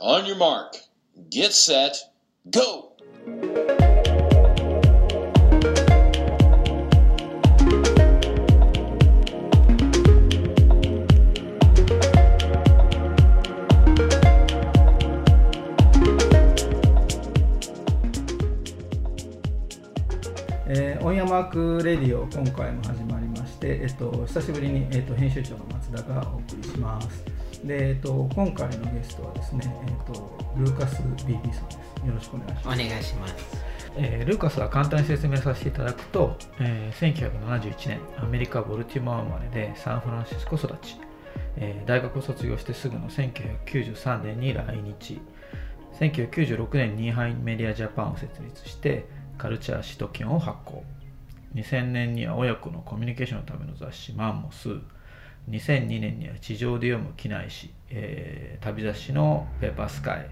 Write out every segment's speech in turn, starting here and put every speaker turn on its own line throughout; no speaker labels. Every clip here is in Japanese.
On your mark, get set, go!
えー、オンヤマークレディオ今回も始まりまして、えっと、久しぶりに、えっと、編集長の松田がお送りしますで、えっと、今回のゲストはですね、えっと、ルーカス BB さんですよろしくお願いします
お願いします。
えールーカスは簡単に説明させていただくと、えー1971年アメリカ・ボルティモア生まれでサンフランシスコ育ち、えー大学を卒業してすぐの1993年に来日1996年にイハイメディアジャパンを設立してカルチャーシトキンを発行2000年には親子のコミュニケーションのための雑誌マンモス2002年には地上で読む機内誌、えー旅雑誌のペーパースカイ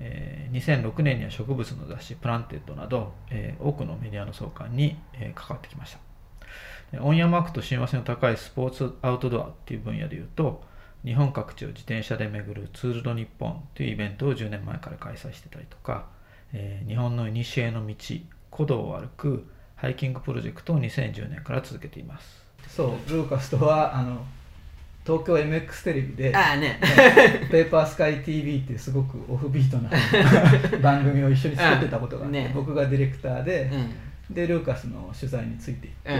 えー2006年には植物の雑誌「プランテッド」など、えー多くのメディアの創刊に、えー関わってきましたでオンヤマークと親和性の高いスポーツアウトドアっていう分野でいうと日本各地を自転車で巡るツールド日本というイベントを10年前から開催してたりとか、えー日本の古の道古道を歩くハイキングプロジェクトを2010年から続けています
そうルーカスとはあの東京 MX テレビで
ああね。
ペーパースカイ TV っていうすごくオフビートな番組を一緒に作ってたことがあって、
うんね
僕がディレクターで、
うん。
でルーカスの取材についていって、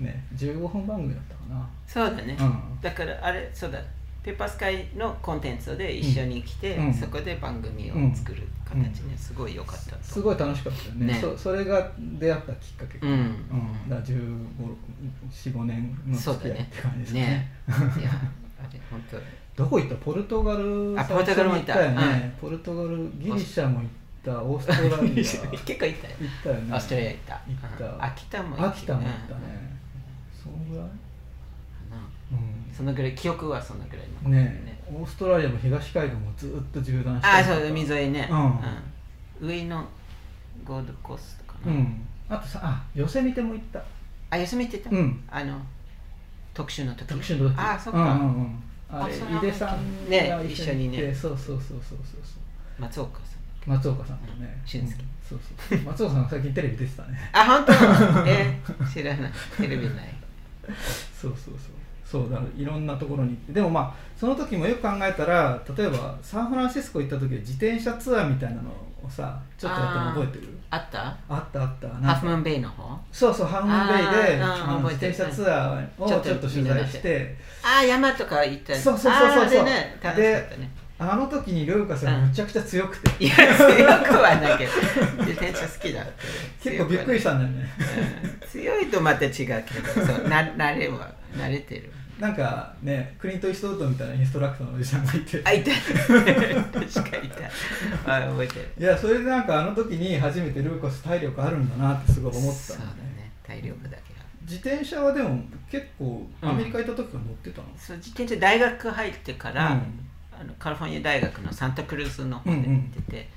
う
ね、15分番組だったかな、
そうだね。
うん
だからあれそうだ。ペーパースカイのコンテンツで一緒に来て、
うん
そこで番組を作る形ね、すごい良かった
す
と。
ごい楽しかったよね
ね
そそれが出会ったきっかけか
う
な、うん
ん。
だから1514年の
そう
付
だ
き合いっ
ね
て感じで。すね
ね。いや、あれ本当。
どこ行ったポルトガル
あ
最初に行ったよね、ポルトガルギ
ん
リシャも行ったオーストラリア
結
行
構行ったよ。
ったよね
オーストラリア行った。
行った
うん秋田も行
秋田も行った
うん
ね、そのぐらい、
うんそのぐらい記憶はそのぐらいの
うん、ねえオーストラリアも東海岸もずっと縦断して
ああそう海沿いね、
うん
うん上のゴールドコーストか
う
な、
んあとさあ寄せ見ても行った
あ休みって言った、
うん
あの特集の時
特殊の時
ああそっ
うん
か、
うんうんあれ
あそれは
井出さん
ね
が一緒に行っ
一緒に
て
ね
そうそうそうそうそうそう
松岡さん
松岡さんとね
うん俊介
うんそうそう松岡さん最近テレビ出てたね
あ本当え知らないテレビない
そうそうそうそうだからいろんなところに行ってでもまあその時もよく考えたら例えばサンフランシスコ行った時は自転車ツアーみたいなのをさちょっとやったの覚えてる
あった
あったあったなんか
ハーフムーンベイの方
そうそうハーフムーンベイで
あー
あの
うん覚
自
えて
転
る
車ツアーをちょっと取材して
ああ山とか行った
そうそうそうそうそう
あーあれね楽しかったね
あの時にルーカスがむちゃくちゃ強くて、
いや強くはないけど自転車好きだけ
結構
ど
びっくりしたんだよね
強いとまた違うけどそうな慣れは慣れてる
なんかねクリント・イーストウッドみたいなインストラクターのおじさんがいて
あいた確かにいたあ覚えてる
いやそれでなんかあの時に初めてルーカス体力あるんだなってすごい思っ
そ
た
うんだ
だよね
ね体力だけは
自転車はでも結構
うん
アメリカ行った時から乗ってたの、
そう自転車大学入ってから、
うん
あのカリフォルニア大学のサンタクルーズの方で行ってて、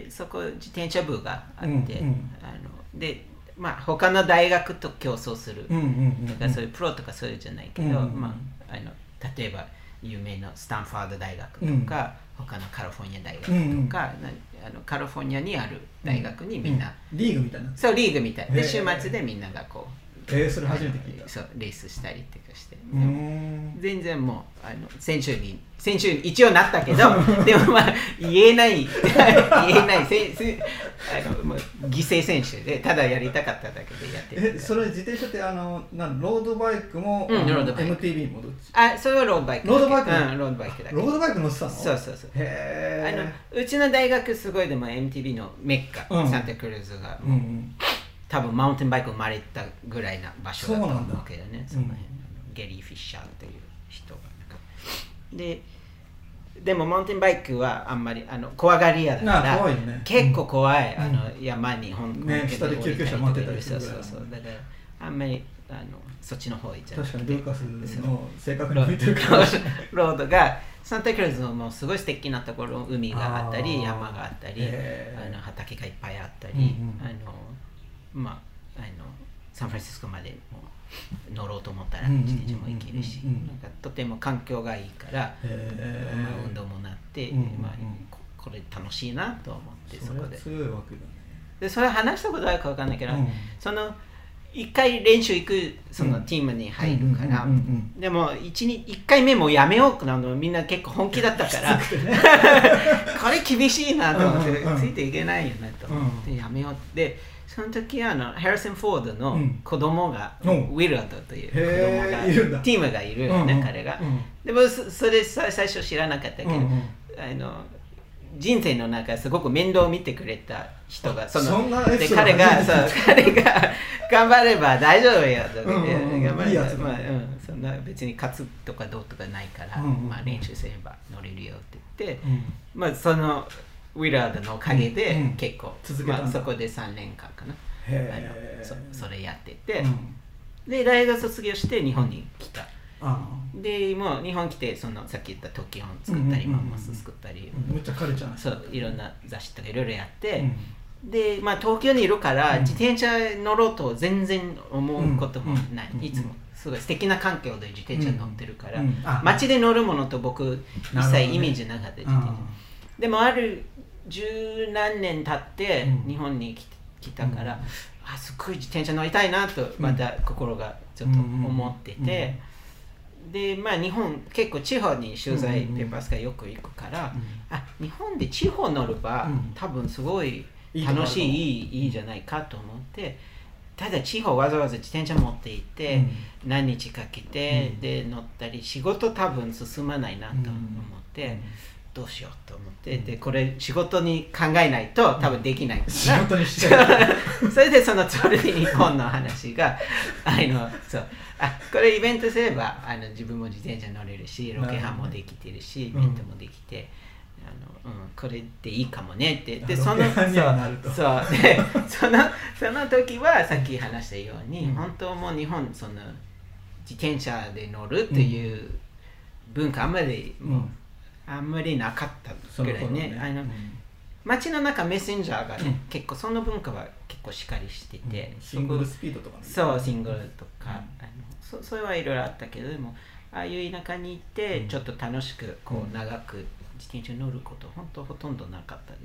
でそこ自転車部があって、
うんうん
あのでまあ他の大学と競争する、
うんうんうん
だからそういうプロとかそういうじゃないけど、
うんうん
まあ、あの例えば有名なスタンファード大学とか、他のカリフォルニア大学とか、
うんうん
なあのカリフォルニアにある大学にみんな、
うリーグみたいな
そうリーグみたいで
へえ
週末でみんながこう
えー、それ初めて聞いたう
そうレースしたりとかして、
ーん
全然もうあの選手に選手に一応なっ たけどでもまあ言えない 言えないせせあのもう犠牲選手でただやりたかっただけでやって
え
る
それ自転車ってあのなんロードバイクも、
うん
あの
ロードバイク
MTB もどっち
あそれはロードバイクだけ
ロードバイク
うん、ロードバイクだけ
ロードバイク乗ってたの
そうそうそうあの
へ
うちの大学すごいでも MTB のメッカ、
うん
サンタクルーズが
えうんうん
多分マウンテンバイク生まれたぐらいな場所だ
そ
と
うなん
思
だ
うけどねその辺、
うん
ゲリー・フィッシャーという人がなんかででもマウンテンバイクはあんまりあの怖がり屋だか
なあ
ら
怖いよね
結構怖い、
うん
あの山に本
ね下で救急車待ってたりする
そ
ぐ
う
らい
そ
だ
う
もんね
そうだからあんまりあのそっちの方行っちゃう
確かにルーカスの性格に向いてるか
ロ
ら
ード ロードがサンタクルーズのもうすごい素敵なところ海があった
あー
り山があったり、
へー
あの畑がいっぱいあったり、
うんうん
あのまああのサンフランシスコまでもう乗ろうと思ったら
うんうんうんうん
自転車も行けるし、
うんうんうん
なんかとても環境がいいから、
えー
まあ運動もなって、
うんうんうん
まあ、ここれ楽しいなと思ってそ
それ
こ
は
で
強いわけだね
でそれ話したことあるか分かんないけど、
うん
その1回練習行くそのチームに入るから、
うんうんうん
でも 1, 1回目もやめようかなのみんな結構本気だったか ら これ厳しいなと思って
うんうんうん
ついていけないよねと思ってやめようってその時あのハリソン・フォード
う
の
ん
子供が、
うん
ウィルドという子
へー
供が
いるんだ
チームがいる
うんう
よ
ん
ね、彼が、
うん
でもそそれさ最初知らなかったけど、
うんうん
あの人生の中すごく面倒を見てくれた人がの
そんなエピ
で
ソード
彼が
初
そう
めて
彼が頑張れば大丈夫よとか言って、
うんうんうん
頑張
いい
れば
やつだ
まあうん、そんな別に勝つとかどうとかないから、
うんうん
まあ、練習すれば乗れるよって言って、
うん
まあ、そのウィラードのおか
う
げ
んう
で
ん
結構、
続けたんだ
まあ、そこで3年間かな
へー
あのそそれやってて、
うん
で大学卒業して日本に来た。
あ
でもう日本来てそのさっき言った時音作ったり、
うんうんうんうん
マンモス作ったり、
ーむっちゃカルチャーな人
そういろんな雑誌とかいろいろやって、
うん
で、まあ、東京にいるから
うん
自転車乗ろうと全然思うこともない、
うんうん
いつもすごい素敵な環境で自転車乗ってるから、
うんうんあ
街で乗るものと僕
なるほ
一
どね
切イメージなかった、自転車
あ
でもある十何年経って
うん
日本に来て来たから、
うん
あすっごい自転車乗りたいなとまた心がちょっと思ってて、
うんうん
でまあ日本結構地方に取材
うんうん
ペーパースカイよく行くから、
う
あ日本で地方乗れば、
うん
多分すごい
いいとこある
楽しいいいいいじゃないかと思ってただ地方わざわざ自転車持って行って、何日かけて、
うん
で乗ったり仕事多分進まないなと思って。
うん
どうしようと思って、でこれ仕事に考えないと多分できないから
仕事にしちゃ
それでそのそれで日本の話が あのそうあこれイベントすればあの自分も自転車乗れるしロケハンもできてるしイ
う
ベ
ん
ントもできて。あのうん、これでいいかもねってで
あ
そ
ロ
の
ケハンにはなると
そうそう でそのその時はさっき話したように、
うん
本当もう日本その自転車で乗るっていう文化あんまり、
ううん
あんまりなかった
そ
ぐ
の
ら
頃
いね
ね
あの
う
街の中メッセンジャーがね、
うん
結構その文化は結構しっかりして
ん
て、
シングルスピードとかね
そうシングルと
う
か、
ん
あのそそれはいろいろあったけどでもああいう田舎に行って
うん
ちょっと楽しくこ
うん
う長く自転車に乗ること本当ほとんどなかった
う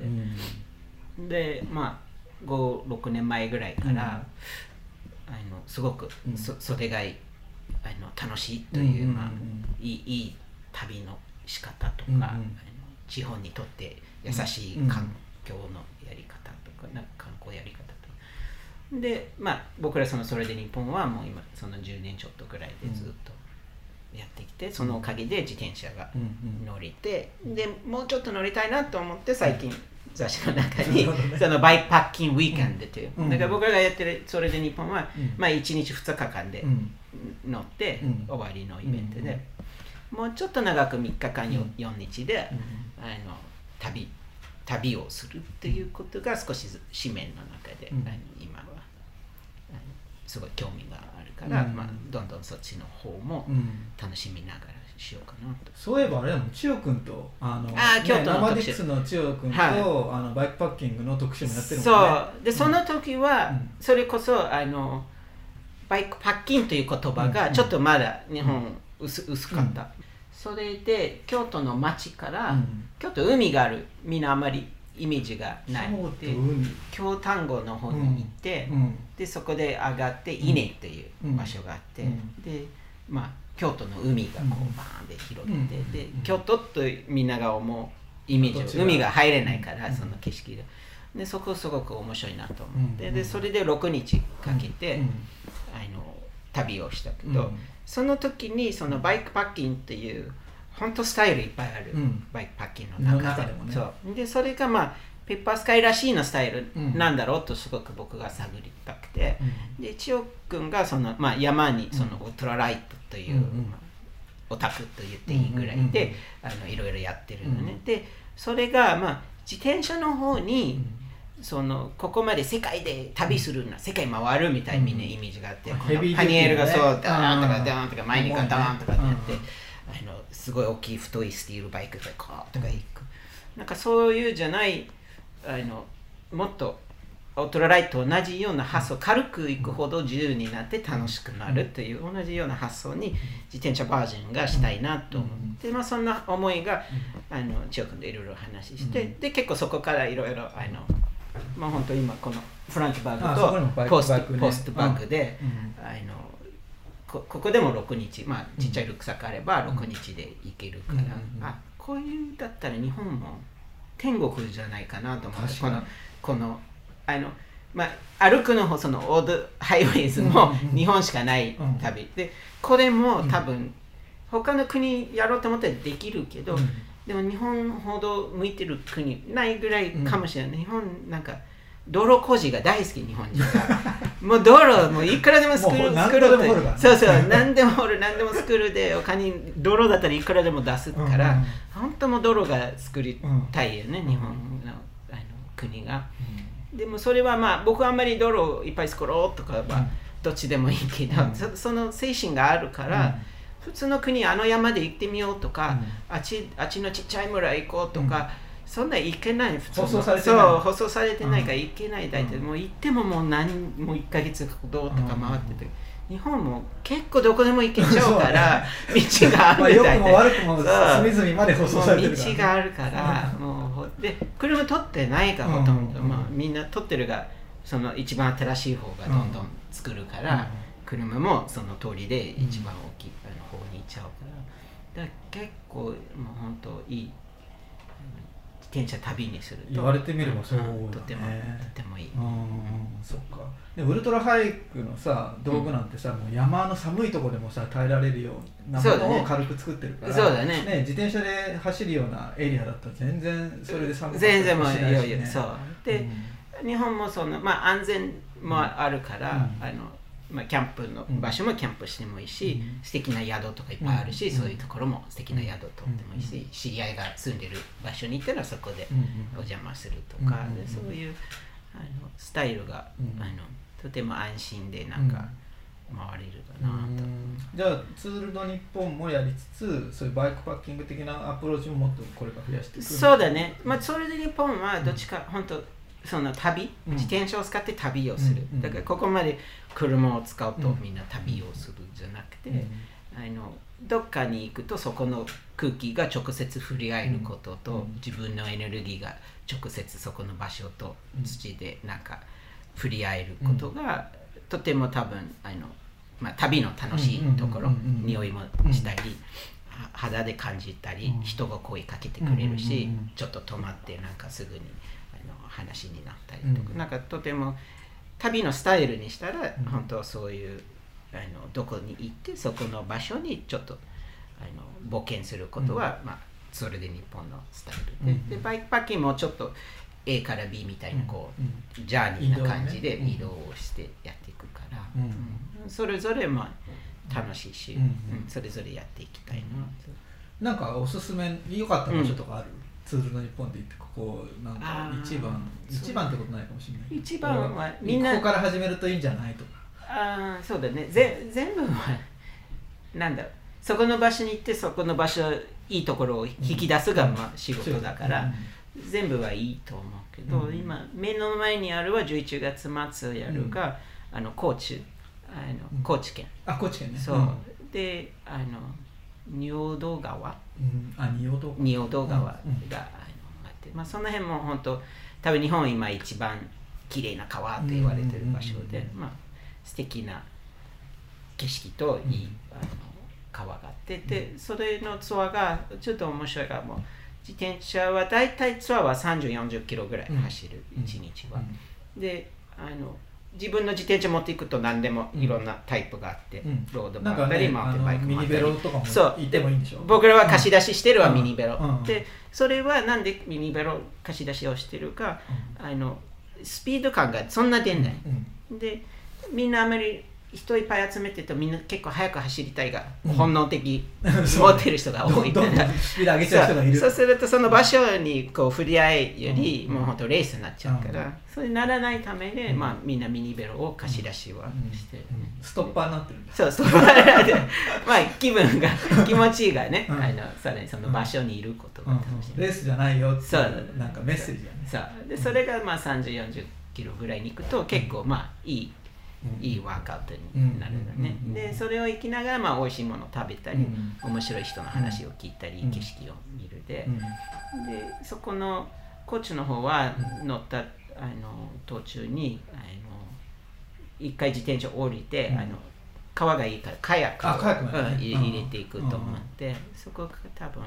で、
ん
でまあ56年前ぐらいから、
うん
あのすごく
うん
そ袖がいあの楽しいという、
うんうんうん
まあ、いいいい旅の仕方とか、
うんうん
あの地方にとって優しい環境のやり方とか,、なんか観光やり方とかでまあ僕らそのそれで日本はもう今その10年ちょっとぐらいでずっとやってきて、そのおかげで自転車が
うんうん
乗りてでもうちょっと乗りたいなと思って最近雑誌の中に、
なるほどね
そのバイクパッキングウィークエンドという、
うん
だから僕らがやってるそれで日本は、
うん
まあ1日2日間で
うん
乗って、
うん
終わりのイベントで、もうちょっと長く3日間よ、
うん
4日で、
うん
あの旅旅をするっていうことが少しず紙面の中で、
うん
あの今はあのすごい興味があるから、
うん
まあ、どんどんそっちの方も
うん
楽しみながらしようかなと。
そういえばあれだもん千代君とあの
あー京都
ね、生
の
デ
特集
ィックスの千代君と、
は
あのバイクパッキングの特集もやってるもんね
そうでその時は、
うん
それこそあのバイクパッキンという言葉が
うん
ちょっとまだ日本薄,、薄かった、それで京都の町から、
うん
京都海があるみんなあまりイメージがない
京都
で
海
京丹後の方に行って、
うん
でそこで上がって伊根っていう場所があって、
うん
でまあ京都の海がこ
うん
うバーンで広げて、
うん
で京都とみんなが思うイメージ
うん
海が入れないから、
うん
その景色がでそこすごく面白いなと思って、
うん
でそれで6日かけて、
うん
あの旅をしたけ
うん
ど、その時にそのバイクパッキンっていう本当スタイルいっぱいある、
うん
バイクパッキンの中で
の中でもね
そうでそれがまあペッパースカイらしいのスタイルなんだろうとすごく僕が探りたくて、で千代君がその、まあ、山にそのオトラライトとい
う
う、
んうん
まあオタクと言っていいぐらいで、あのいろいろやってるのね、
うん
でそれがまあ自転車の方
う
に、
ん
そのここまで世界で旅するな世界回るみたいなみんなイメージがあって、
うん
この
ヘビー
パニエルが
デュー
そ
ティーね
うダーンと
う
か
ん
ダーンとか毎日がダーンとかってやって、
うん
あのすごい大きい太いスティールバイクでこうとか行く、なんかそういうじゃないあのもっとオートロライトと同じような発想軽くいくほど自由になって楽しくなるという同じような発想に自転車バージョンがしたいなと思って、まあ、そんな思いがあの千代君といろいろ話して、で結構そこからいろいろあのまあ本当今このフランクバ
あそこに
ー
も
グ
バイク
とポス
バ
ト
ッグね
ポストバッグで、
う
あのこここでも6日まあちっちゃいルックサックあれば6日で行けるから、
うんうんうん
あこういうんだったら日本も天国じゃないかなと思って
確
こ
かに
のこのあの、まあ、歩くの方そのオールド ハイウェイズも
うんうんうん
日本しかない旅、でこれも多分他の国やろうと思ったらできるけど、
うん
でも日本ほど向いてる国ないぐらいかもしれない、日本なんか道路工事が大好き日本 人がもう道路もういくらでも作
もう
る
何
作
個
ろ
で
う
も掘るから
と
ね
そうそう何でも掘る何でも作るでお金道路だったらいくらでも出すから、
うんうん
本当もう道路が作りたいよね、日本のあの国が。でもそれはまあ僕はあんまり道路をいっぱい作ろうとか
うん
はどっちでもいいけど、
うん
そその精神があるから、普通の国あの山で行ってみようとか、あっちあっちのちっちゃい村行こうとか、そんなん行けない普通の
舗装されてない
そう舗装されてないから行けない大体、
うん
もう行ってももう何もう1ヶ月ほどとか
うん
回ってて、日本も結構どこでも行けちゃうから
そ
道
うだね
がある
まあ良
みた
く
い
も悪
な。
くも隅々まで舗装されてるから
も
ね
う道があるからもうで車取ってないからほとんど、
うん
まあ、みんな取ってるがその一番新しい方がどんどん作るから、
うん
車もその通りで一番大きい、あの方に行っちゃうからだから結構もう本当いい自転車旅にすると
言われてみればそうだね
んとてもとてもいい、
うんうんそっかでウルトラハイクのさ道具なんてさ、もう山の寒いところでもさ耐えられるようなも
そうだ
の
ね
を軽く作ってるから
そうだね
自転車で走るようなエリアだったら全然それで寒くなった
全
り
然もう
し
い
ない
よ
し
いよ
ね
そうで、日本もその、まあ、安全もあるから、
うん
あのまあ、キャンプの
うん
場所もキャンプしてもいいし、
うん
素敵な宿とかいっぱいあるし、
うん
そういうところも素敵な宿とってもいいし、
うん
知り合いが住んでる場所に行ったらそこで
うんうん
お邪魔するとか、
うん
でそういうあのスタイルが、
うん
あのとても安心でなんか回れるかなと、
うんじゃあツールド日本もやりつつそういうバイクパッキング的なアプローチももっとこれから増やしていく
そうだね、まあ、それで日本はどっちか、本当その旅、
うん
自転車を使って旅をする、
うんうん
だからここまで車を使うと
うん
みんな旅をするじゃなくて、
うん
あのどっかに行くとそこの空気が直接触れ合えることと、
うん
自分のエネルギーが直接そこの場所と
うん
土でなんか触れ合えることが、とても多分あの、まあ、旅の楽しいところ、
うんうんうんうん
匂いもしたり、は肌で感じたり、
うん
人が声かけてくれるし、
うんうんうんうん
ちょっと止まってなんかすぐにあの話になったりとか、
うん
なんかとても旅のスタイルにしたら、
うん
本当はそういうあのどこに行ってそこの場所にちょっとあの冒険することは、まあ、それで日本のスタイルで,、
うん
でバイクパッキングもちょっと A から B みたいなこう、
うん
ジャーニーな感じで
移
移
動
動をしてやっていくから、
うん
うんそれぞれまあ楽しいし、
うん
うんそれぞれやっていきたいなと。
なんかおすすめ良かった場所とかある、ツールの日本で行ってここなんか
あー
一番
そう
一番ってことないかもしれない
一番は
み
み
ん
ん
な
な
ここから始めるといいんじゃないとか
ああそうだねぜ全部はなんだろうそこの場所に行ってそこの場所いいところを引き出すが、まあ、仕事だから、全部はいいと思うけど、
うん
今目の前にあるは11月末やるが、あの高知あ
う
の
ん
高知県、
あ高知県ね
そう、
ん
であの仁淀川
うんあ仁王堂
仁淀川が、
うんうん
あのあって、まあ、その辺も本当多分日本今一番綺麗な川と言われてる場所で、
うんうんうんうん
まあ素敵な景色といい、
うん
あの川があってでそれのツアーがちょっと面白いがもう自転車は大体ツアーは3040キロぐらい走る、
うん
一日は。であの自分の自転車持っていくと何でもいろんなタイプがあって、
うん
ロード
なん
バ
か
イク
ね
マウン
あ
テンバイ
の
ク
ミ
もあ
ニ
った
ベ
り
ロとかも
そう
行ってもいいんでしょ
僕らは貸し出ししてるは
うん
ミニベロ、
うん
でそれはなんでミニベロ貸し出しをしてるか、あのスピード感がそんな出ない、
うん
でみんなあまり人いっぱい集めてるとみんな結構速く走りたいが本能的、
そう
持ってる人が多い
ど
か
んど
ら
んスピード上げちゃう人がいる
そうそうするとその場所にこう振り合いより、
うん
もう本当レースになっちゃうから、
うん
それならないためで、
うん
まあ、みんなミニベロを貸し出しは
うん
してるね、
ストッパーになってるんだ
そう そうまあ気分が気持ちがね、
うん
あのさらにその場所にいることが楽しい、
レースじゃないよってい
そう
うなんかメッセージがね
そうでそれがまあ3040キロぐらいに行くと結構まあいい、
うん
いいワークアウトになるのね、
うんうんうんうん
でそれを生きながらまあ美味しいものを食べたり、
うん
面白い人の話を聞いたり、
うん
景色を見るで、
うん
でそこのコーチの方は
う
乗ったあの途中にあの一回自転車降りて、
うん
あの川がいいからカヤック
あカヤックもね
うん
うん
入れていくと思って、そこが多分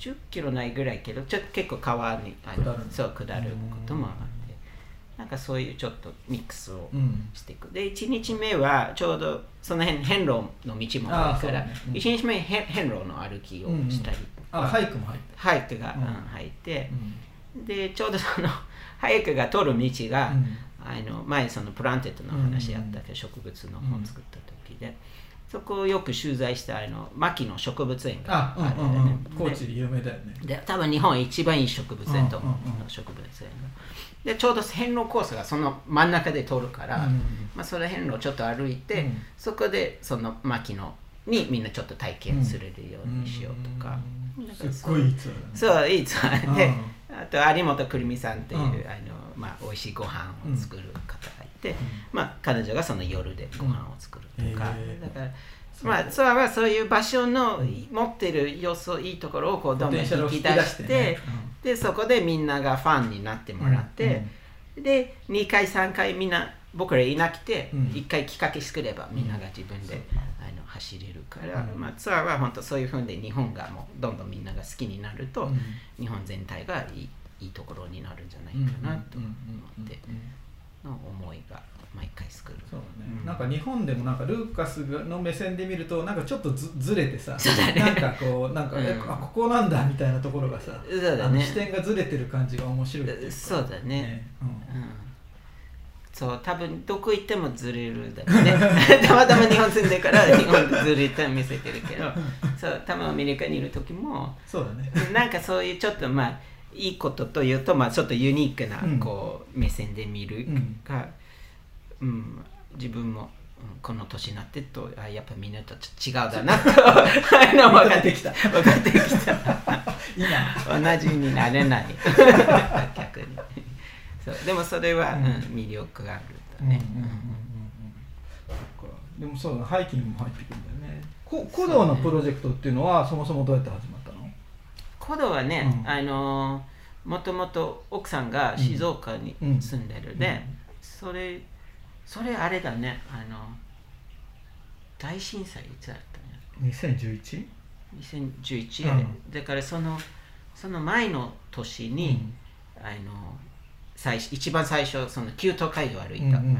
10キロないぐらいけどちょっと結構川にあの
下る
そう下ることもあって、なんかそういうちょっとミックスを
うん
していくで1日目はちょうどその辺遍路の道も多い
あー
か
そう
ら、
だねうん
1日目へ遍路の歩きをしたりとか、
あ俳句も入って
ハイクが、
う
うんん入って
う、ん
でちょうどその ハイクが通る道が、
うん
あの前そのプランテッドの話あったけど、植物の本作った時で、そこをよく取材したあの牧野植物園
あ
がある
うん
ん
う
だ
ん
よ
う
ね
ん。高知
で
有名だよね
で多分日本一番いい植物園と思う、
うんうんうん
植物園がでちょうど線路コースがその真ん中で通るから、
うん
まあ、その辺路をちょっと歩いて、
うん
そこでその牧野にみんなちょっと体験するようにしようとか、
うん
なんかそう
すっごいいいツアーだね
そういいツアーで、
う
あと有本くるみさんという、
うん
あのまあ、美味しいご飯を作る方がいて、まあ、彼女がその夜でご飯を作るとか、
うんへー
だから、まあ、ツアーはそういう場所の持ってる要素いいところをこうどんどん引き出して
ね
でそこでみんながファンになってもらって、で2回3回みんな僕らいなくて、
うん
1回きっかけ作ればみんなが自分で、あの走れるから、
うん
まあ、ツアーは本当そういうふうで日本がもうどんどんみんなが好きになると、
うん
日本全体がいいいいところになるんじゃない
うん
かなと
うん
思
うんうん
って
うん
の思いが毎回作る。
そうだね、
うん
なんか日本でもなんかルーカスの目線で見るとなんかちょっとずずれてさ、
そうだね
なんかこうなんか、
うん
えあここなんだみたいなところがさ、
そうだね
あの視点がずれてる感じが面白いっていうか
そうだね
うん
うんそう多分どこ行ってもずれるだろうね たまたま日本住んでるから日本でずれた見せてる けどそう多分アメリカにいる時も
そうだ ね
なんかそういうちょっとまあいいことというとまあちょっとユニークな
うん
こう、目線で見る
うん
が、うん自分もうんこの年になってとあやっぱみんなとちょっと違うだな とあの分かってきた分かってきた
いいな
同じになれない 逆にそうでもそれは、うん魅力があるとね、
うんうんうんうんうんそっかでもそうだハイキングも入ってくるんだよねこ古道のプロジェクトっていうのはそもそもどうやって始まったの
コロはね、
うん
あのーもともと奥さんが静岡に
うん
住んでる
う
で
ん、
それそれあれだねあの大震災いつだったね
2011?
2011あれ、
うん
だからそのその前の年に、あの最初一番最初その旧東海道を歩いた、あの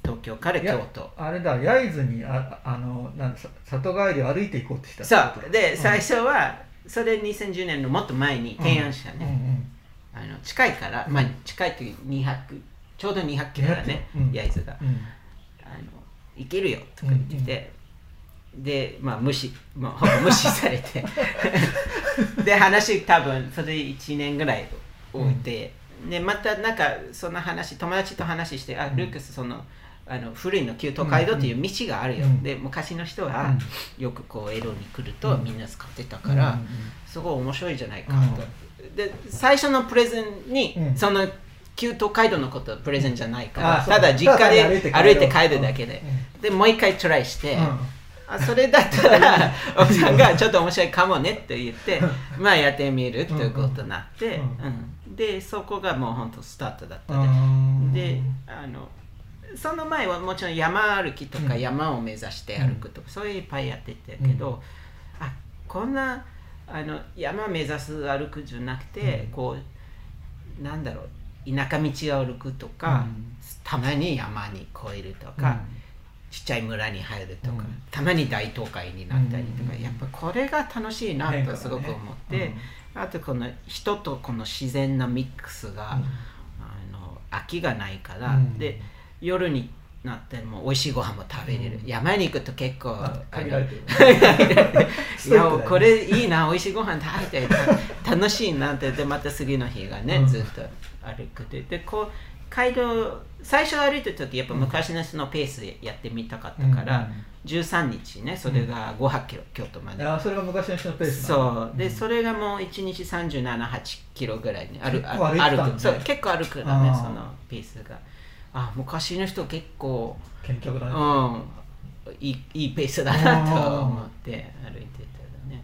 東京から
いや
京都
あれだ焼津にああのなんさ里帰りを歩いていこうってした
そうで、
うん
最初はそれ2010年のもっと前に提案したね、あの近いから、まあ近いという200ちょうど200キロだね
200うん
焼津、が
うんうんうん
あの行けるよとか言ってて、でまあ無視もうほぼ無視さ れてで話多分それ1年ぐらい置いて、でまたなんかその話友達と話してあルークスそのあの古いの旧東海道っていう道があるよ、
うん
で昔の人
う
は
ん
よくこうエロに来るとみんな使ってたから、
うんうん
すごい面白いじゃないかと、で最初のプレゼンに、
うん
その旧東海道のことはプレゼンじゃないか
あ
ら
そう
ただ実家で歩いて
ただ歩いて帰
帰
ろう
るだけで、
う
でもう一回トライして、
うん
あそれだっ たら奥さんがちょっと面白いかもねって言ってまあやってみるということになって、
うん
うんでそこがもう本当スタートだった
う
ね、
ん
であのその前はもちろん山歩きとか
うん
山を目指して歩くとか、そういういっぱいやってたけど、あこんなあの山目指す歩くじゃなくて、
うん
こうなんだろう田舎道を歩くとか、
うん
たまに山に越えると
うん
か、ちっちゃい村に入るとか、
うん
たまに大都会になったりとか、
うん
やっぱこれが楽しいな
変化だね
とすごく思って、あとこの人とこの自然なミックスが、
うん
あの飽きがないから、
うん
で夜になっても美味しいご飯も食べれる、
うん
山に行くと結構
あ
あの
限られ てる
いやこれいいな美味しいご飯食べてた楽しいなってでまた次の日がね、
うん
ずっと歩くででこう街道最初歩いてた時やっぱ昔の人のペースでやってみたかったから、13日ねそれが5 0キロ京都ま
うん
で、
あーそれが昔の人のペースなんだ
そうで、それがもう1日378キロぐらいに歩
結構歩いてたんだね
歩くそう結構歩くのね
あー
そのペースがあ昔の人結構
健脚だ
う
ね、
んいいいいペースだなと思って歩いてたらね。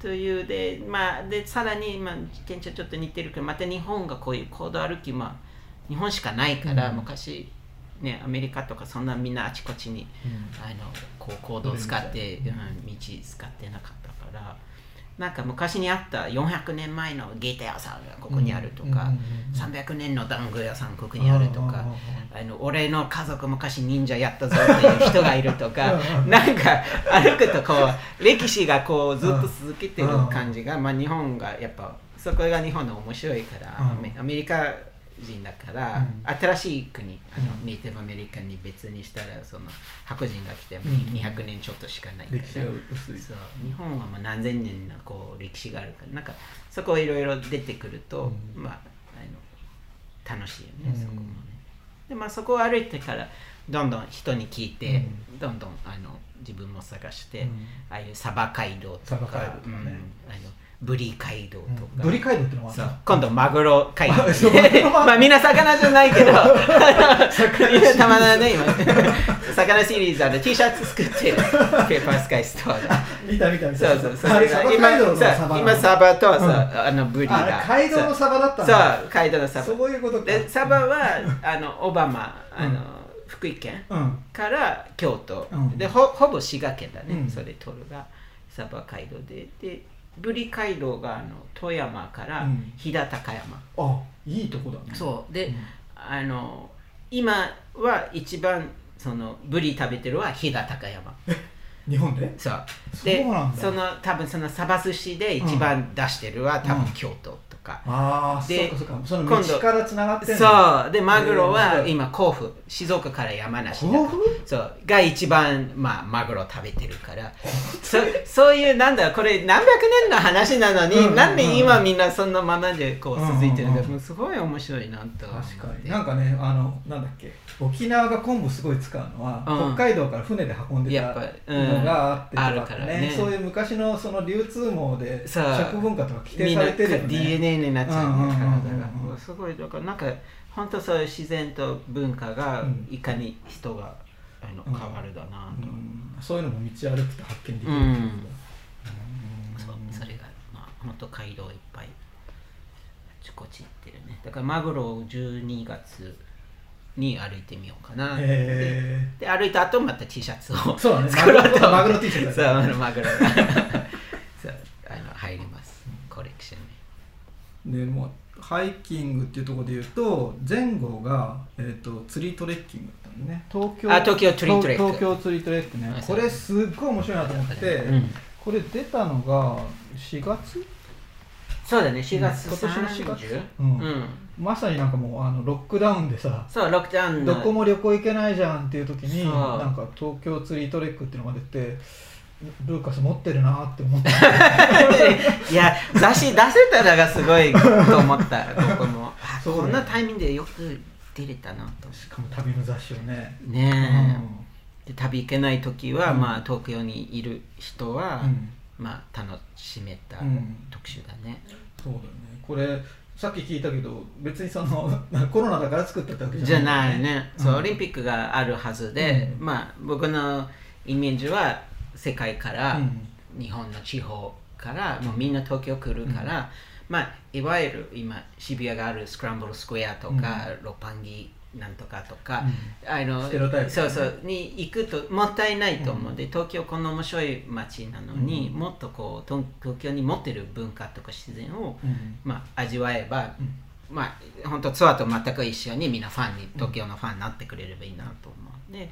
というで,、まあ、でさらに、まあ、自転車ちょっと似てるけどまた日本がこういう行動歩き、まあ、日本しかないから、
うん
昔、ね、アメリカとかそんなみんなあちこちにあのこう行動を使って、うん、道使ってなかったからなんか昔にあった400年前のゲータ屋さんがここにあると
うんうんうん
か、300年の団子屋さんここにあるとか。あの俺の家族昔忍者やったぞっていう人がいるとか
うんうん
なんか歩くとこう歴史がこうずっと続けてる感じが、まあ、日本がやっぱそこが日本の面白いから、
うん
アメアメリカ人だから、
うん
新しい国あの、
うん
ネイティブアメリカに別にしたらその白人が来ても
うん
200年ちょっとしかないから
歴史が薄い
そう日本はもう何千年のこう歴史があるからなんかそこいろいろ出てくると、
うん
まああの楽しいよね、
うん
そこもねでまあそこを歩いてからどんどん人に聞いて、どんどんあの自分も探して、
うん
ああいうサバ街道と
サ
か
バ街道とかね
うんあのブリ街道とか、
ブリ街道ってのはある
そ
の
う今度マグロ街道
そうマグロは
まあみんな魚じゃないけ ど たまらない今魚シリーズあの T シャツ作ってるペーパースカイストアで
見た見た見
そ
た
うそうそ
あ
れ
れサ
が
バ
今
街道のサ
さ
バ
今サバとさ、あのブリ
あ
が
れ街道のサバだったんだ
そう街道のサバ
そういうことか
でサバはあのオバマあの、
うん
福井県
うん
から京都、
うん
でほほぼ滋賀県だね、
うん
それ取るがサバ街道ででブリ街道があの富山から
うん
飛騨高山、
あいいとこだね
そうで、
うん
あの今は一番そのブリ食べてるは飛騨 高山
日本で
そう
そう
で
なんだ
その多分そのサバ寿司で一番出してるは、多分京都とか、
ああそ
で
うかそうかその道からつながってんだ
そうでマグ
えー面
ロは
白い
今甲府静岡から山梨だ
甲府
そうが一番、まあ、マグロ食べてるからそそういうなんだこれ何百年の話なのに、
うんうんうん
なんで今みんなそんなままでこう続いてるんだ、
うんうんうん
もうすごい面白いなと思って
確かになんかねあのなんだっけ沖縄が昆布すごい使うのは、
うん
北海道から船で運んでた
やっぱうん
のがあ
あ
ってと
る
か
か
っ
ら
て
ね
そういう昔のその流通網で
そう
食文化とか規定
みん
さ
な
れてるよね
DNA になっちゃうね、
うんうんうんうん
体がもうすごいだからなんか本当そういう自然と文化が
うん
いかに人が、あの
うん
変わるだな
う
と、
んそういうのも道歩くと発見できるっていう
そ
こ
う
とだ
それがまあ本当街道いっぱいあちこち行ってるねだからマグロを12月に歩いてみようかなで
へー
で歩いた後また T シャツを
そうだね
作ろうと思って
マグロマグロ T シャツ
そう
だ
あ
ね
のマグロ そうあの入りますコレクションに
でもうハイキングっていうところで言うと前後が、えー、と釣りトレッキングだったのね東京
あ東京釣りトレック
東東京釣りトレック
あ
ね
そ
こ
う
れすっごい面白いなと思って、
うん
これ出たのが4月
そうだね4月
今年の4月
30
うん
うん
まさになんかもうあのロックダウンでさ
そうロックダウン
ど
の
こも旅行行けないじゃんっていう時に
そう
なんか東京釣りトレックっていうのが出てルーカス持ってるなって思 った
いや雑誌出せたのがすごいと思った ここもあ
そうだよ
こんなタイミングでよく出れたなと
しかも旅の雑誌をね、
ね
う
え、
ん
で旅行けない時は、
うん
まあ東京にいる人は、
うん
まあ楽しめた
うん
特集だね、
そうだよねこれさっき聞いたけど別にその コロナだから作ったってわけ
じ
じ
ゃ
ゃ
な
ないい
ね、
うん
そうオリンピックがあるはずで、
う
まあ僕のイメージは世界から、
うん
日本の地方からもうみんな東京来るから、まあいわゆる今渋谷があるスクランブルスクエアとか、六本木なんとかとか、あの
ステレオタイプね
そうそうに行くともったいないと思う、で東京こんな面白い街なのに、もっとこう東東京に持ってる文化とか自然を、
うん
まあ、味わえば、
うん
まあ本当ツアーと全く一緒にみんなファンに東京のファンになってくれればいいなと思うで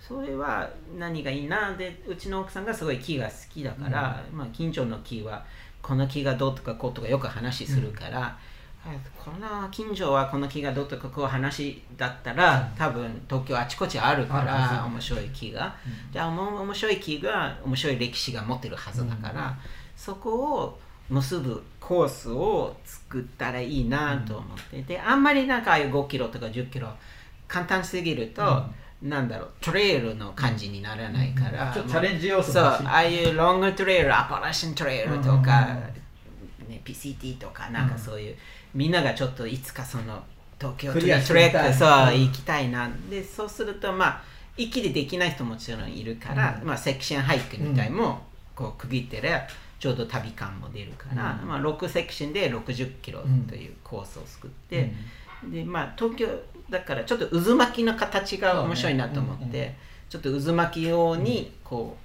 それは何がいいなでうちの奥さんがすごい木が好きだから、まあ、近所の木はこの木がどうとかこうとかよく話するから、あこの近所はこの木がどうとかこう話だったら、多分東京あちこちあるか
あるは
ら
ず
面白い木が、じゃあもう面白い木が面白い歴史が持ってるはずだから、そこを結ぶコースを作ったらいいなと思ってて、あんまりなんかああいう5キロとか10キロ簡単すぎると、なんだろうトレイルの感じにならないから、
ちょっとチャレンジ要素
そう
が欲しい
ああいうロングトレイルアパラシントレイルとか、ね、PCT とかなんかそういう、みんながちょっといつかその東京ト
クリア
レ
して
ト
みた
レ
い
ックそう
うん
行きたいなでそうするとまあ息でできない人もちろんいるから、まあ、セクションハイクみたいもこう区切ってりゃちょうど旅感も出るから、まあ、6セクションで60キロというコースを作って、でまあ、東京だからちょっと渦巻きの形が面白いなと思って、
そうねうんうん
ちょっと渦巻き用にこう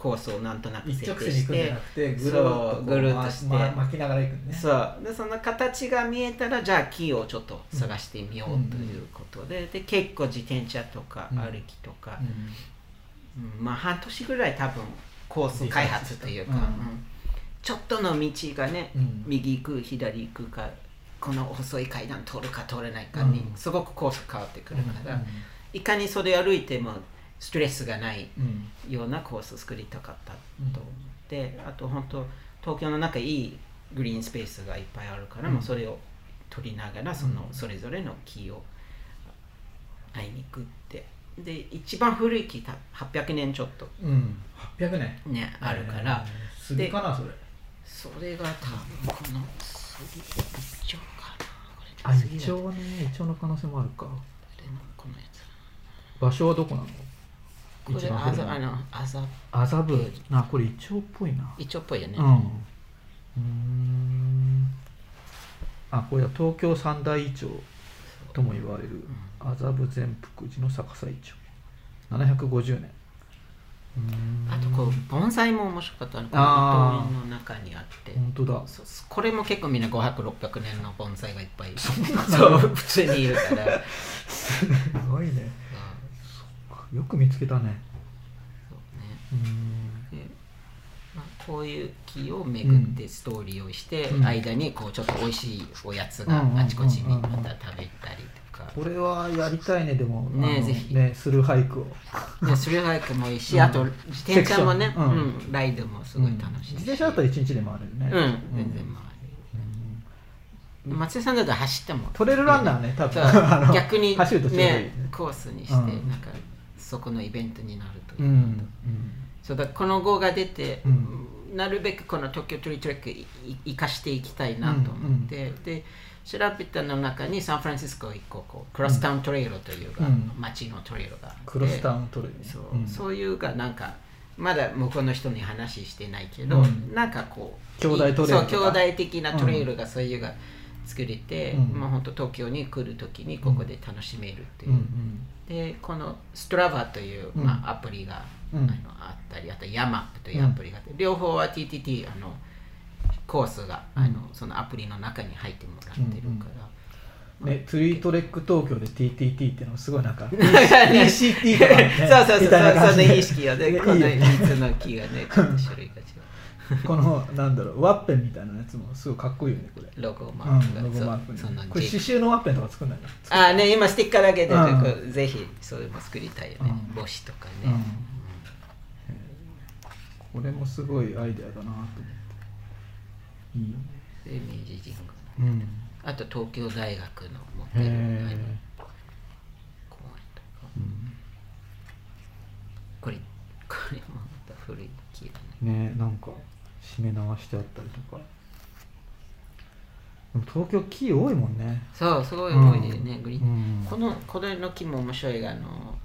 コースをなんとなく
一
設
直
定
線に
し
行くんじゃ
て
なくてぐるっとこ
そううぐるっとして、
まま巻きながら行くんね
そうでその形が見えたらじゃあ木をちょっと探してみようということで,、で結構自転車とか
うん
歩きとか、
うん
うんまあ半年ぐらい多分コース開発というか、
うん
うんちょっとの道がね、
うん
右行く左行くかこの細い階段通るか通れないか
うん
にすごくコース変わってくるから、
うん
いかにそれ歩いてもストレスがない
うん
ようなコースを作りたかったと思って、あと本当東京の中いいグリーンスペースがいっぱいあるから、
うん
もうそれを取りながらそのそれぞれの木を会いに行くってで一番古い木た800年ちょっと
うん800年
ねあるから、
えー杉かなそれ
それが多分この杉一丁かなこ
あ
れ
イチ
杉だこ
ョウねイチョウの可能性もあるか
れのこのやつ
場所はどこなの
こ
一
れ
番
あ
古い
ざあのあざ
麻布なこれイチョウっぽいな
一丁っぽいよね、
うんうーんあこれは東京三大イチョウとも言われる麻布善福寺の逆さイチョウ750年うーん
あとこう盆栽も面白かったのこ
あ
の
ー
公園の中にあって
本当だ
そうそうこれも結構みんな500600年の盆栽がいっぱいそう普通に いるから
すごいね
そ
よく見つけたね
う
うーん
ねでまあこういう木を巡ってストーリーをして、
うん
間にこうちょっと美味しいおやつが
うんうんうんうん
あちこちにまた食べたりとか、
これはやりたいねでも
ね
あの
ぜひ
ねする俳句を
でそれがいもいいし、
うん
あと自転車もね
セ、クションうん
うんライドもすごい楽しいし、
うん自転車だったら1日で回れるね
うん全然回
うん
る松井さんだと走っても
トレイルランナーね多
そ
分 あ
う
の
逆に
走るとちょうどいい
ねコースにして、
うん
なんかそこのイベントになるというう、
んうん
そうだこの号が出て、
うん
なるべくこの東京トリトレックいい生かしていきたいなと思って、で調べたの中にサンフランシスコ一個こうクロスタウントレイルというが、
うん
街のトレイルがあって
クロスタウントレイルね
そう,、
うん
そういうがなんかまだ向こうの人に話してないけど、
うん
なんかこう
兄弟トレイルとか
そう兄弟的なトレイルがそういうが作れて、
うん
まあ本当東京に来る時にここで楽しめるっていう、
うんうん
でこのストラバという、
うん
まあ、アプリが、
うん
あのあったりあとヤマップというアプリがあって、両方は TTT あのコースが、あのそのアプリの中に入ってもらってるから、
ね、トゥリートレック東京で TTT っていうのすごいなん か
ECT
ECT とかね
そうそうそう
みたいな
そ
感
うそ
じ
の
で
意識がね
ね
この
いいよね
3つの木がねちょっと種類が違
このなんだろうワッペンみたいなやつもすごいかっこいいよねこれ、
うロゴマーク
う
が、
ん、ロゴマーク
そう
ね
その
これ
J
刺繍のワッペンとか作んないの、
ああね今ステッカーだけで、
うん
こうぜひそれも作りたいよね、
うん
帽子とかね、
うんこれもすごいアイデアだなと思っていいよね
で明治神宮
うん
あと東京大学の持って
へ
るあの
え
公園とか、これこれもまた古い木だね
ねなんか締め流してあったりとかでも東京木多いもんね
そうすごい多いよね、
うん
グリーン、
うん
このこれの木も面白いがあの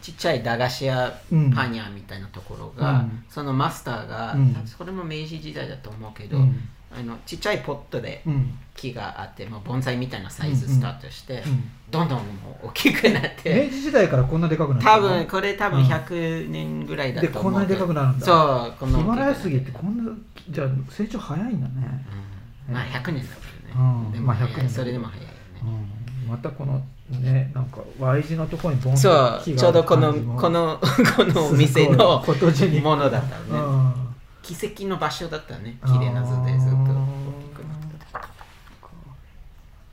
ちっちゃい駄菓子屋、
うん
パン屋みたいなところが、
うん
そのマスターが、
うん
これも明治時代だと思うけど、
うん
あのちっちゃいポットで
うん
木があって、もう盆栽みたいなサイズスタートして、
うん
どんどんもう大きくなって、
明治時代からこんなでかくなった
多
の
分これ多
う
分
ん
100年ぐらいだ
で
と思うけど、
こんなにでかくなるんだ
そうこの
ヒマラヤ杉ってこんなじゃあ成長早いんだね、
うんまあ100年だからね、
うん
でも
まあ
早い
100年
それでも早いよね、
うん、またこのねなんか Y 字のところにボンと
そう
木が
ちょうどこの
ある感じも
この このお店
すご
の
いフォトジェニック
ものだった
う
ね
ん
奇跡の場所だったね綺麗な図でずっと大きくなった
い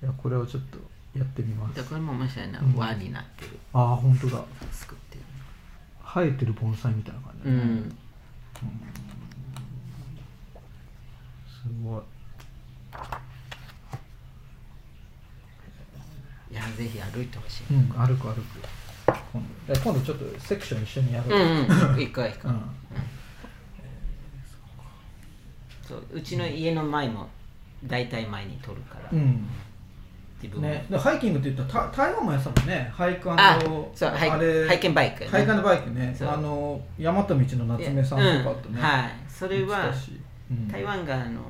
やこれをちょっとやってみま
ですこれも面白いな、
うん
輪になってる
ああ本当だ
作ってる
生えてる盆栽みたいな感じ
う
だね、
ん
すごい
ぜひ歩いてほしい。
うん、歩く歩く今度え今度ちょっとセクション一緒にやろ
う
う、
んうん、一回一回。
うん
そううちの家の前も大体前に撮るから、
うん
自
う
分
ん
も、
ね、でハイキングって言ったらた台湾もやってたもんねハイク
あ
の
そうハイ
あれ
ハイケンバイク、ね、
ハイクバイクね
そう
あの大和道の夏目さんとかとね、
うんはいそれは
行ってたしうん
台湾があの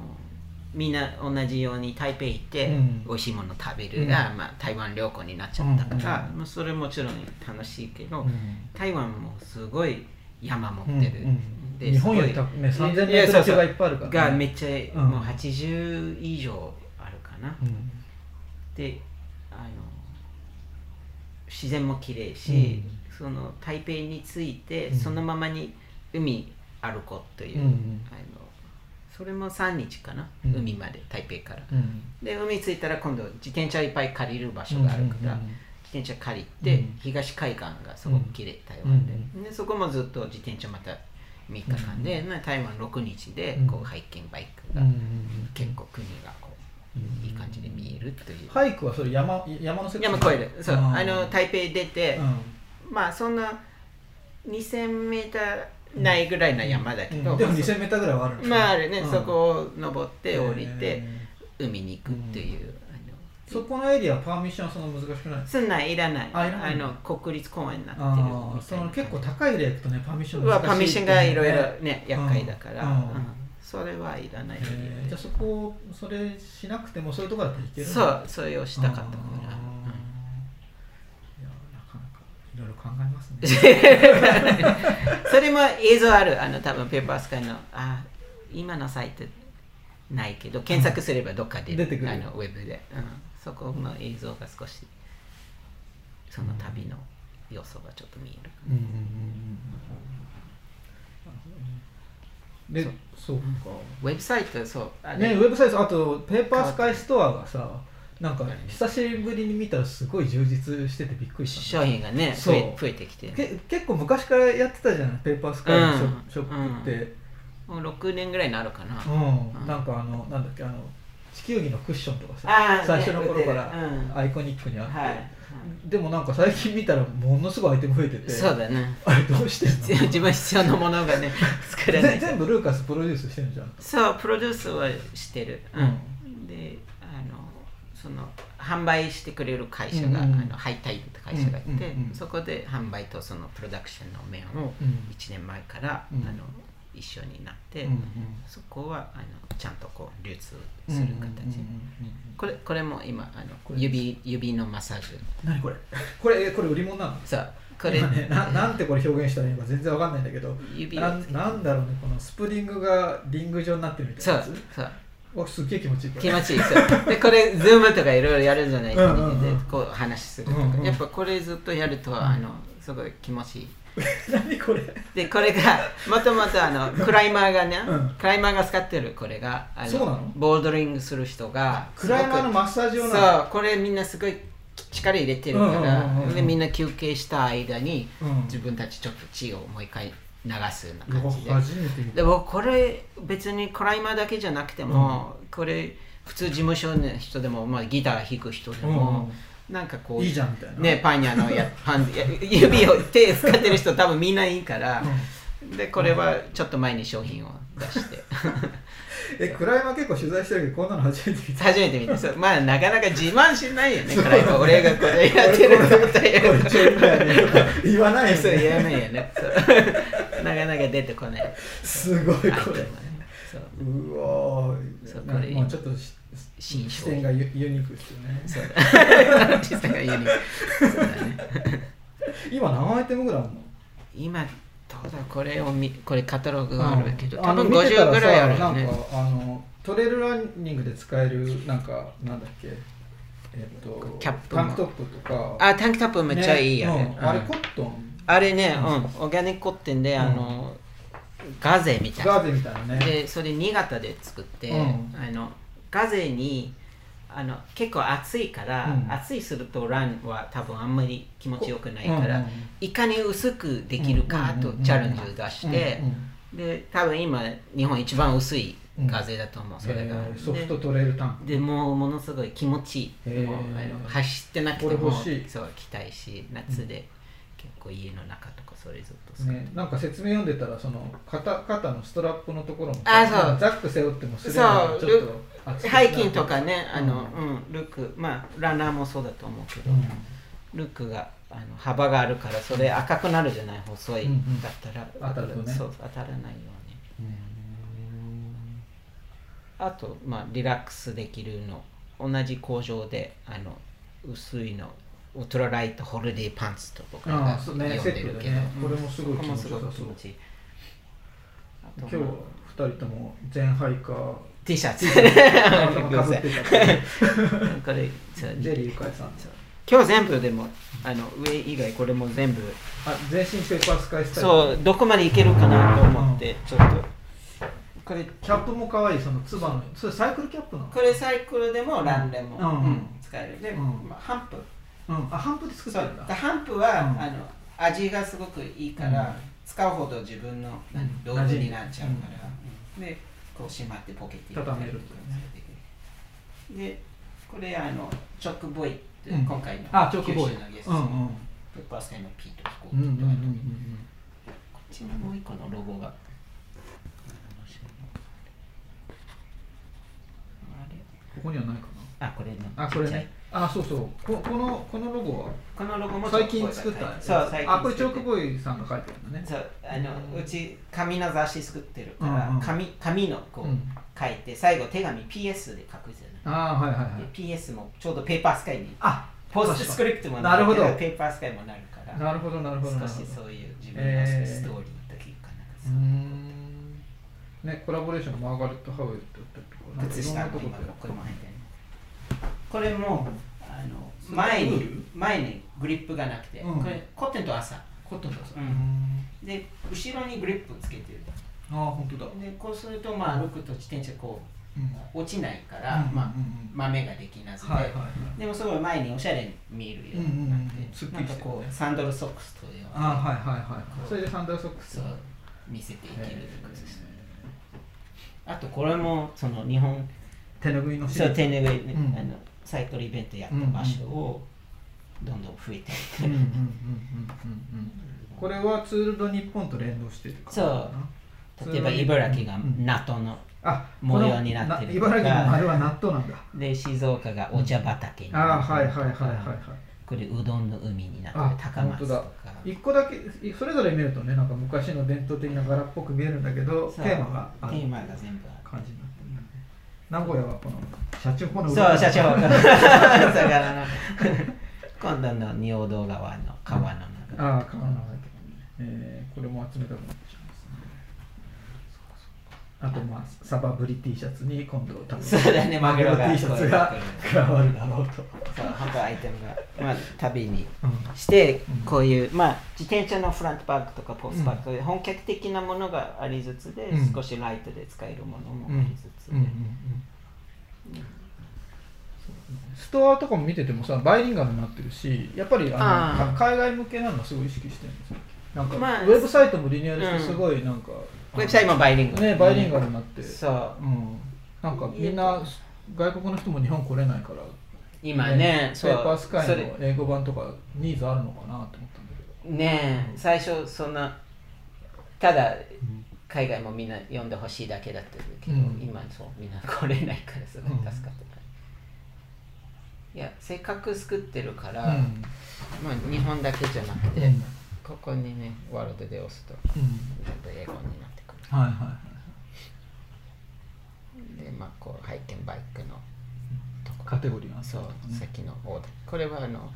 みんな同じように台北行って、
うん
美味しいもの食べる
うん
が、まあ、台湾旅行になっちゃったから、
う
まあ、それもちろん楽しいけど、
うん
台湾もすごい山持ってる、
うんうん
ですご
日本
い
よりたね3000メートル
いやそうそう
級がいっぱいあるからね
がめっちゃ、
うん
もう80以上あるかな、
うん
であの自然も綺麗し、
う
その台北に着いて、
うん
そのままに海歩こうという、
うんうん
あのそれも3日かな、
うん
海まで台北から
うん
で海着いたら今度自転車いっぱい借りる場所があるから、
うんうんうん
自転車借りて、
うん
東海岸がすごく綺麗台湾で,、でそこもずっと自転車また3日間で、まあ台湾6日で
うん
こうハイキングバイク
う
が、
んうん
結構国がこういい感じで見えるという。
ハイクはそれ山山のセ
いやまあ越えるそう
あ
あ
ー
の台北出て、
う
まあそんな 2000m ないぐらいの山だけ
ん
ど、
でも2 0 0 0メーターぐらいはあるんですね
まああるね、
うん
そこを登って降りて
え
海に行くっていう、
ーそこのエリアはパーミッションはそんな難しくない
あのすんないいらない
あいらない
の国立公園になってる
ああ
みた
そ
いな
の結構高いレイクとねパーミッション
うわパミ
難
ッ
し
ショ
い
ン
ってう
が
ね
いろいろね厄介だから、
うんうん
うんそれはいらない理由で
えーじゃあそこそれしなくてもそういうところだったらいけるんだ
そうそれをしたかった
あ
から、
ーいやなかなかいろいろ考えますね
それも映像あるあの多分ペーパースカイのあ今のサイトないけど検索すればどっかで
出てくる
あのウェブで、うん、そこの映像が少しその旅の要素がちょっと見える
うんうんうん
でそうか
ウェブサイトそうあれ
ねウェブサイトあとペーパースカイストアがさなんか久しぶりに見たらすごい充実しててびっくりした
商品がね
そ
増
う
え増えてきて
け結構昔からやってたじゃないペーパースカイのショ,、
うん
ショップって、
もう6年ぐらいになるかな、
うん
うん
なんかあのなんだっけあの地球儀のクッションとかさ
あー
最初の頃か
ね売ってるうん
らアイコニックにあって、
はい、
でもなんか最近見たらものすごいアイテム増えてて
そうだね
あれどうしてんの
自分必要なもの がね作らな
ぜ
いと
全部ルーカスプロデュースしてるじゃん
そうプロデュースはしてる、うん、であのその販売してくれる会社が、
うんうん
あのハイタイムって会社がいて、
うんうんうん
そこで販売とそのプロダクションの面を
うん
1年前から、
うん
あの一緒になって、
うんうん
そこはあのちゃんとこう流通する形、これこれも今あの指指のマッサージ
何これこれえこれ売り物なの
そうこれ
今ねななんてこれ表現したらいいのか全然わかんないんだけど
指を
ななんだろうねこのスプリングがリング状になってるみた
そ
いなや
う
つ
そう
わすっげえ気持ちいいこれ
気持ちいいそうでこれズームとかいろいろやるじゃない
うんうんうん
でこう話するとか、
うんうん
やっぱこれずっとやるとあのすごい気持ちいい
何これ
でこれが もともとあのクライマーがね、
うん
クライマーが使ってるこれがあ
そうなの
ボードリングする人が
クライマーのマッサージ用なの
そうこれみんなすごい力入れてるから、
うんうんうんうん
でみんな休憩した間に、
うん
自分たちちょっと血をもう一回流すよう
う
な
わ
感じで
初めて見た
でもこれ別にクライマーだけじゃなくても、これ普通事務所の人でも、まあ、ギター弾く人でも、なんかこう
いいじゃんみたいな
ねパン屋のやパンや指を手使ってる人多分みんないいから、でこれはちょっと前に商品を出して
えクライマー結構取材してるけどこんなの初めて見た
初めて見てそうまあなかなか自慢しないよねクライマー俺がこれやってること
これちょいみたいな言わないよ
そう
ね
言わないよねそうなかなか出てこない
すごいこ
アイテム
れ
はねそう
うわー
そう
な
これ
まあちょっとし
新
視
商
点
品
がユユニークですよね
そうだ。小さな家に。そうだね。
今何アイテムぐらいあるの
今、どうだ、これを見、これカタログがあるけど、
うん
多分
の見てた
50
ら
ぐ
さ
らいあるよ
なん
ね。
かあのトレイルランニングで使えるなんかなんだっけえっと
キャップも
タンクトップとか
あ、タンクタップめっちゃいいや
ね
ね。
う
うん
んあれ
あ
コットン
れね、うん、オーガニックコットンで、あの、ガゼみたいな
ガー。ゼみたいなね
で、それ新潟で作って、
うん
あの、ガゼに、あの結構暑いから、
うん
暑いするとランは多分あんまり気持ちよくないか
う
ら、
んうん
いかに薄くできるかとチャレンジを出して、
うんうん
で多分今日本一番薄い
うん
風だと思う、それが、
えーソフトトレイルタンク
でもうものすごい気持ちいい、
へー
もうあの走ってなくて
こ
も
れ欲しい
そう着たいし夏で結構家の中とかそれずっと使って、
ね、なんか説明読んでたらその肩肩のストラップのところも
あそう
ザック背負ってもすれ
そう
ちょっと厚くな
ハ
る
イキンとかねあの、
う
うんルックまあランナーもそうだと思うけ
う
ど、
ん
ルックがあの幅があるからそれ赤くなるじゃない細い、
うんうん
だったら
当たるとね
そう当たらないようにあと、まあ、リラックスできるの同じ工場であの薄いのウルトラライトホルデーパンツと僕ら
あ
が
あそ
呼
うん
で
ね
る
セットで
けど、
ねこれもすごい
こ
気
れ
持
も
ち
す
よ
ご
さ
く気
そう
持ちいいあ
今日
とまあ
二人とも全ハイ カー
T シ ャツ
かぶってたからね
これそう
ジェリーゆかりさん
そう今日全部でもあの上以外これも全部
あ全身ペーパースカイスタイル
そうどこまでいけるかなと思ってちょっとこれ
キャップも可愛いそのつばのそれサイクルキャップなの
これサイクルでもランでも、
うん
使えるで、
うん
まあ、ハンプ
うんあハンプで作ってるん
で
だ
ハンプは、
うん
あの味がすごくいいから、
うん
使うほど自分の
うん
道具になっちゃうから、でこうしまってポケットに
畳める
とかねでこれあのチョックボーイって、
うん
今回の
あチョークボーイ
九州のゲス
う
ト
んう
の、
ん
ペッパースカイのピート飛行
う
機
んうん
と、
うんう
あと
ん
こっちのもう一個のロゴが面白いなあれ
ここにはないか
あ、これね。
なあこれねあそうそうここのこのロゴは
このロゴも
最近作ったやつ
そう、最近作って。
あこれチョークボーイさんが書いてるんだね
そう、あの、うち、紙の雑誌作ってるか
うんうん
ら、紙、紙のこ
うん
う、書いて、最後手紙 PS で書くじゃ
あーはいはいは
ないい。で PS もちょうどペーパースカイに、
あ
ポストスクリプトも
なるほど
ペーパースカイもなるから、
なるほどなるほどな
少
るほ
し
ど
そういう自分
え
の
ー
ストーリーというかなんか
うーんねコラボレーションのマーガレット・ハウエルとやったりとかなんか
靴
いろん
下
な
も
とこ
今
とや
こ
って
れも入ってるこれもあの前
それウー
に
ル
前にグリップがなくて、
うん
これコットンと麻
コットンださ
うん
ん
で後ろにグリップつけてる
ああ本当だ
でこうするとまあ歩くと自転車こ
うん
う落ちないから、
うん
まあ
うんうん
豆ができなずで、
はいはいはい
でもすごい前におしゃれに見えるようになって、
うんうんうんすっき
なん
り
か
してるね
こうサンドルソックスという
あはいはいはいはいそれでサンダルソックス
そう見せていけるというかですね
手
あとこれもその日本
ぬぐいのシリ
そう
ーズ
丁寧に、
うん
あのサイクルイベントやった場所をどんどん増えていく、
うんうんうんうんうんうんこれはツールド日本と連動してるからかな
例えば茨城が納豆の、
あ
模様になってる
このな茨城のあれは納豆なんだ
で静岡がお茶畑に
あ
な
あ
って
はい
ると
はい
か
はいはいはい
これうどんの海になって
あ
る高
本
松
当
と
だ
か
一個だけいそれぞれ見るとねなんか昔の伝統的な柄っぽく見えるんだけど
そ
テ
う
ーマがあ
テー
る
マが全部あ
感じになってる名古屋はこの社長この
る
上
そう 社長分かる魚の今度の仁王堂川の川の中
ああ川の中だけどね、えーこれも集めたくなっちゃいますねあとまあサバブリ T シャツに今度多分
そうだねマグロが
T シャツが加わるだろうと、
そう本当アイテムがまあ旅に
うん
して
うん
こういう、まあ、自転車のフロントバッグとかポストバッグという本格的なものがありつつで、
うん
少しライトで使えるものも
うん
ありつつで、
うんうんうんストアとかも見ててもさバイリンガルになってるしやっぱりあの
あー
か海外向けなのすごい意識してるんですよなんか、
まあ
ウェブサイトもリニューアルしてすごいなんか、
ウェブサイトもバイリンガル
ねバイリンガルになって、
そう
うん、なんかみんな外国の人も日本来れないから
今ね
ペ
そう
ーパースカイ
そ
の
れ
英語版とかニーズあるのかなと思ったんだけど
ねえ最初そんなただ海外もみんな読んでほしいだけだったけど、
うん
今そうみんな来れないからすごい助かってる、いやせっかく作ってるから、
うん
まあ、日本だけじゃなくて、
うん
ここにねワールドで押すと
うん
ちょっと英語になってく
はいはいはい
るでまあこうハイケンバイクのとこ
カテゴリーがあった
そう
とかね
先のオーダーこれはあの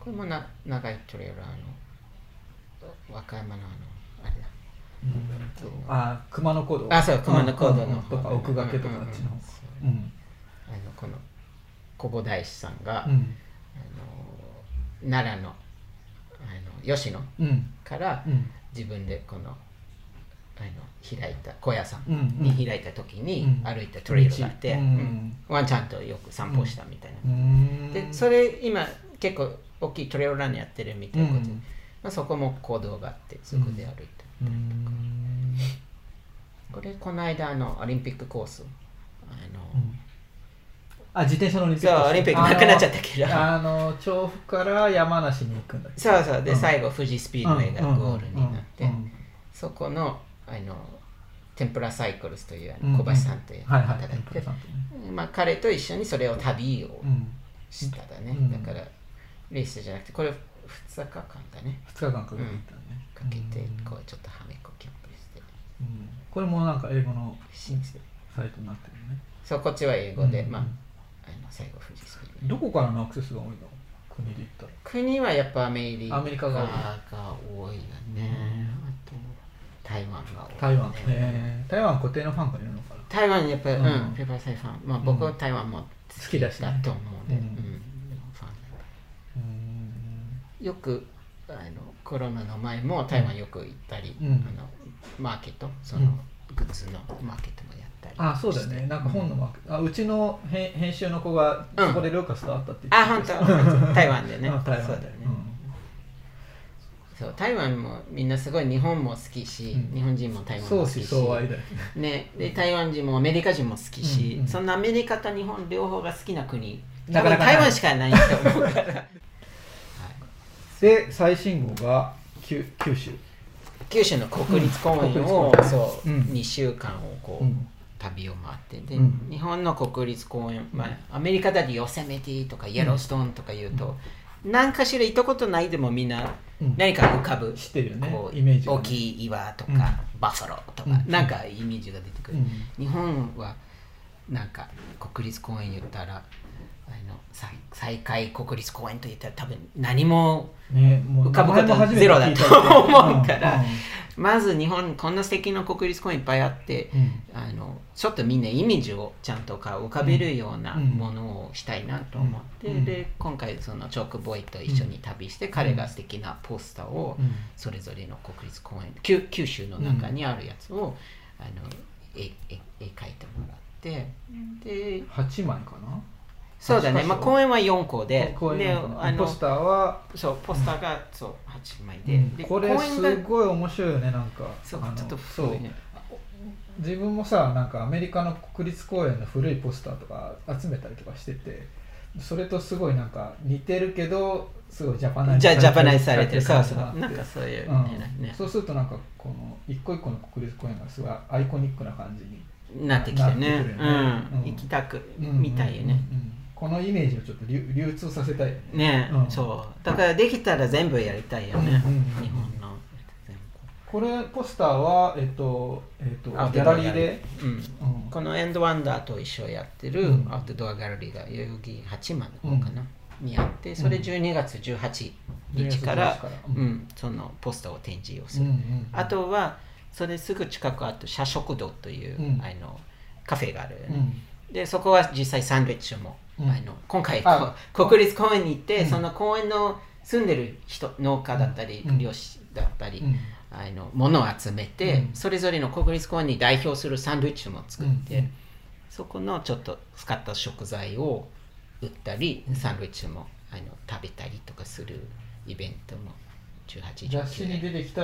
これもな長いトレーラーの和歌山のあのあれだ
うんあ熊野古道
あそう熊野古道の
うんとか奥掛けとかあっちの方うん
あのこの小保大師さんが、
う
あの
ん
奈良のあの吉野
うん
から
うん
自分でこのあの開いた小屋さ
うん
ん
うん
に開いた時に
うん
歩いたトレイルがあって、
道う
うんんワンちゃんとよく散歩したみたいな、
うん
でそれ今結構大きいトレイルランやってるみたいなことで、まあ、そこも行動があってそこで歩いた、
うん
これこの間あのオリンピックコースあの、
あ自転車のオリンピック
そうオリンピックなくなっちゃったけど
あのあの調布から山梨に行くんだっけ
そうそうで、
うん
最後富士スピードウェイがゴールになって、
うんうんうん
そこのあの天ぷらサイクルスというあ
うん
の小橋さんという
はい
方が
はい
いて、
天ぷらさんとね
まあ、彼と一緒にそれを旅を
うん
しただね、
うん
だからレースじゃなくてこれ2日間だね
2日間かけて行ったね
かけて
うん
こうちょっとはめっこキャンプして
うんこれもなんか英語の
信じて
サイトになってるね
そうこっちは英語で、
うん
まああの最後富士スピードウェイ
どこからのアクセスが多いの国で言ったら
国はやっぱアメリカ
アメリカが多い
多いよね。あと台湾が多い、
台湾ね台湾固定のファンがいるのかな
台湾やっぱり、う
うん
ん、ペーパーサイファン。まあ僕
う
は
ん
台湾も
好きだしね
と思うね。
う
うんん。でもファンなんだ
うん
よくあのコロナの前も台湾よく行ったり、
うん
あのマーケット、そうの
ん
グッズのマーケットもやったり。
あそうだよねなんか本のマーケットあうちの編編集の子が
うん
そこでルーカスと会ったって言
あ、
っ
本
てた
当。台湾でね。
あ台湾
そうだね。そう台湾もみんなすごい日本も好きし、
うん
日本人も台湾
相
も好
思
きし
相愛だよね
ね、で台湾人もアメリカ人も好きし、
うんうん
そんなアメリカと日本両方が好きな国
なかなかない
多分台湾しかないと思うからはい
で最新号が九九州
九州の国立公園
うん
を、
国立
そう、
うん
2週間をこう、
うん
旅を回ってで、
うん
日本の国立公園、まあ、アメリカだとヨセメティとかイエローストーンとか言うと、何かしら行ったことないでもみんな
うん
何か浮かぶ、
知ってるよね
こう
イメージがね
大きい岩とか、
うん
バッファローとか、
うん
なんかイメージが出てくる、
うん
日本はなんか国立公園言ったらあの再再開国立公園と言ったら多分何も
ねもう
浮かぶこと
名前も初めて
ゼロだと思うから
聞い
まず日本こんな素敵な国立公園いっぱいあって、
うんうん
あのちょっとみんなイメージをちゃんとか浮かべるような
うん
ものをしたいなと思って、
うん
で今回そのチョークボーイと一緒に旅して、彼が素敵なポスターを
うん
それぞれの国立公園九九州の中にあるやつを、あの絵絵絵描いてもらってで
八枚かな
そうだ
八
ね、
箇所
まあ、公演は4個で
こういう
で
のかな
あの
ポスターは
そうポスターがそう8枚で,、
うん
で
これ
公演が
すごい面白いよねなんか
そう
あの
ちょっと
そ
古
う
いね
自分もさなんかアメリカの国立公園の古いポスターとか集めたりとかしててそれとすごいなんか似てるけどすごいジャパナイズ
じゃジャパナイズされてる
さ
そ
れて
うそう
る感じが
な
あっ
ん
て
かそういう
うん
ね,、ね
そうするとなんかこの一個一個の国立公園がすごいアイコニックな感じに、
なってきて
なっ
ね
てくるよ
う
ね
ん
う、ん
行きたく、
うん
みたいよね、
うんうんこのイメージをちょっと流流通させたいよね
ね、
うん
そうだからできたら全部やりたいよね、
うんうんうん
日本の全
これポスターはえっと、えっと、ギ
部アウト
ャ
ド
ラ
ア
リーで、
うん
うん
このエンドワンダーと一緒やってる
うん
アウトドアギャラリーが代々木八幡の方かな、にあってそれ
うん
12月18日から
12月18から、
うん
う
そのポスターを展示をす
うん
る、
うん
あとはそれすぐ近くあと社食堂という、
うん
あのカフェがあるよね、
うん
でそこは実際サンドイッチも、
うん
あの今回
あ
こ国立公園に行って、
うん
その公園の住んでる人農家だったり、
うん
漁師だったり、
うん
あの物を集めて、
うん
それぞれの国立公園に代表するサンドイッチも作って、
うん
そこのちょっと使った食材を売ったり、サンドイッチもあの食べたりとかするイベントも18、
雑誌に
19
出てきた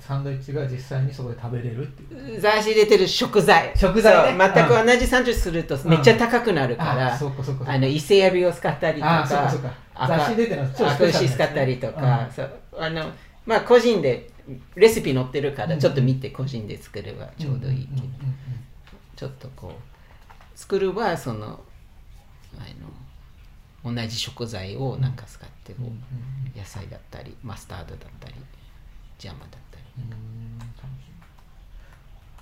サンドイッチが実際にそこで食べれるっていう
雑誌に出てる食材
食材ね
そう全く同じサンドイッチするとめっちゃ高くなるから、
あそうかそうかそうか
あの伊勢エビを使ったりと
あ
か
そうかそうか
赤
雑誌出てるの超スペシャルなやつ
赤牛使ったりとか、そうあのまあ個人でレシピ載ってるからちょっと見て個人で作ればちょうどいいけど、
うん
ちょっとこう作るはそのあの同じ食材をなんか使ってこう
うんうん
野菜だったりマスタードだったりジャムだったり
うんうんうん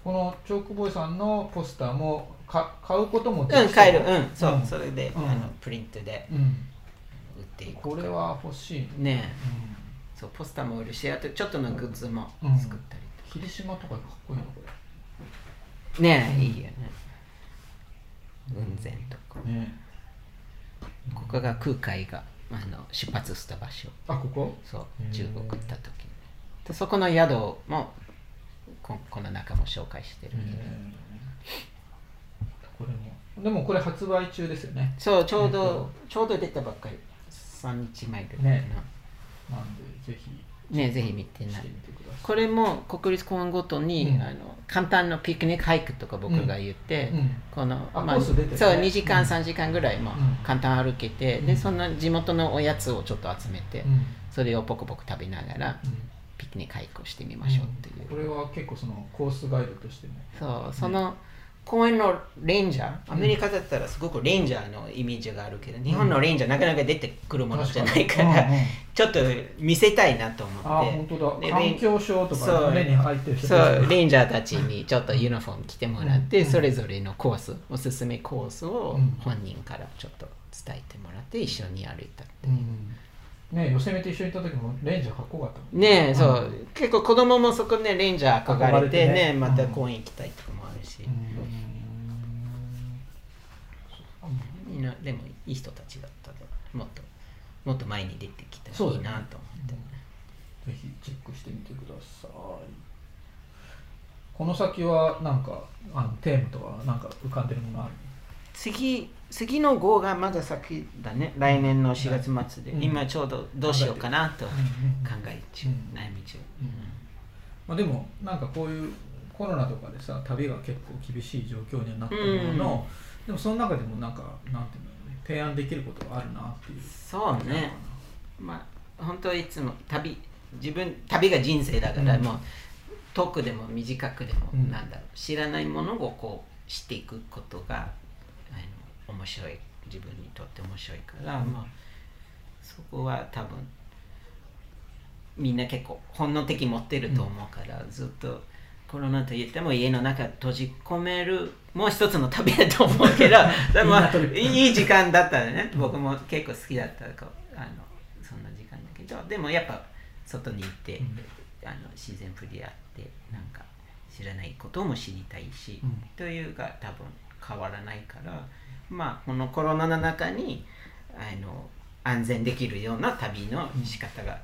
このチョークボーイさんのポスターもか買うこともできそう
うん買えるうんそう、
うん
それで、
うん
あのプリントで
うん
売っていく
これは欲しいね、
ねえ
うん
そうポスターも売るしあとちょっとのグッズも作ったりとか、
霧島とかかっこいいのこ
ねえいいよね雲仙とか
れね
ここが空海があの出発した場所
あここ
そう
へー
中国行った時にでそこの宿もここの中も紹介してるけど、
これもでもこれ発売中ですよね
そうちょうど、
えっと
ちょうど出たばっかり3日前ぐらいかな、
なんでぜひ
ねぜひ見てな
し
い
てみてくださ
これも国立公園ごとに、
うん
あの簡単なピクニックハイクとか僕が言って、
い。うん
この
あ
まあ、
コー
そ
ス
う
出てるね
2時間3時間ぐらいも
うん
簡単歩けて、
う
で
ん
その地元のおやつをちょっと集めて、
うん
それをポコポコ食べながら
うん
ピクニックハイクをしてみましょうっていう、
これは結構そのコースガイドとしてね
そうその公園のレンジャーアメリカだったらすごくレンジャーのイメージがあるけど、日本のレンジャーなかなか出てくるものじゃないから、
確にうんうん
ちょっと見せたいなと思
ああ
っ
本
て
当だ
で
環境省と
そ
か
う
目に入ってる人
そ
たち
うレンジャーたちにちょっとユニフォーム着てもらって、それぞれのコースおすすめコースを
うん
本人からちょっと伝えてもらって一緒に歩いたっ
う
ていう。
んね寄せめて一緒に行った時もレンジャーかっこよかったもん
ねえそう、
う
結構子供もそこねレンジャー憧れて
憧
ね
れてね
また公園行きたいとかもあるし、みんなでもいい人たちだったでもっともっと前に出てきた
そう
ら
だ
いい
ね
なと思って、
ぜひチェックしてみてくださいこの先はなんかあのテーマとかなんか浮かんでるものある
次次の号がまだ先だね来年の4月末で、
うん
今ちょうどどうしようかなと考え中、
うん
悩み中、
うんまあ、でもなんかこういうコロナとかでさ旅が結構厳しい状況にはなったものの、でもその中でもなんかなんていうの提案できることがあるなっていう
そうねまあ本当はいつも旅自分旅が人生だから、
うん
もう遠くでも短くでも、
うん
なんだろう知らないものをこうしていくことがあの面白い自分にとって面白いから、まあそこは多分みんな結構本能的に持ってると思うから、ずっとコロナと言っても家の中閉じ込めるもう一つの旅だと思う けどでも
みんなトリップ
いい時間だったね僕も結構好きだったからあのそんな時間だけどでもやっぱ外に行って、
うん
あの自然ふりあってなんか知らないことも知りたいし、
うん
というが多分変わらないからまあこのコロナの中にあの安全できるような旅の仕方が、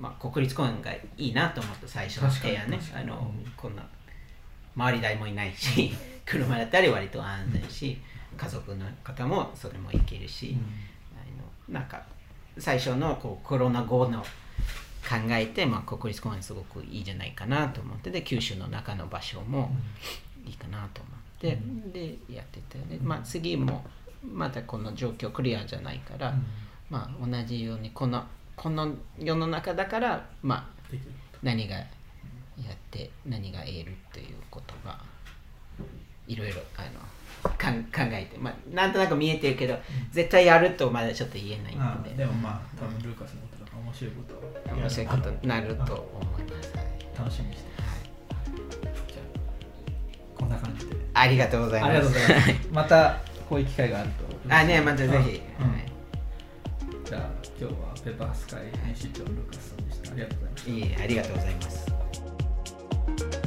まあ、国立公園がいいなと思った最初の提案ね
確か
あ
に確かに
の、こんな周り代もいないし 車だったり割と安全し、家族の方もそれも行けるし、あのなんか最初のこうコロナ後の考えて、まあ、国立公園すごくいいじゃないかなと思ってで九州の中の場所もいいかなと思って、でやってて、でまあ、次もまだこの状況クリアじゃないから、まあ、同じようにこのこの世の中だから、まあ、
できる
何がやって何が得るっていうことがいろいろあのかん考えて、まあ、なんとなく見えてるけど絶対やるとまだちょっと言えない
あ
ので
でもまあ多分ルーカスのことだから面白いことを
面白いことになると思います。はい
楽しみにしてますじゃあこんな感じで
ありがとうござい
あ
ます。
りがとうございま
は
すまたこういう機会があると
あねまたぜひ、はい
うんじゃあ今日はペッパースカイ編集長のルーカスさんでしたありがとうございました
いえありがとうございます。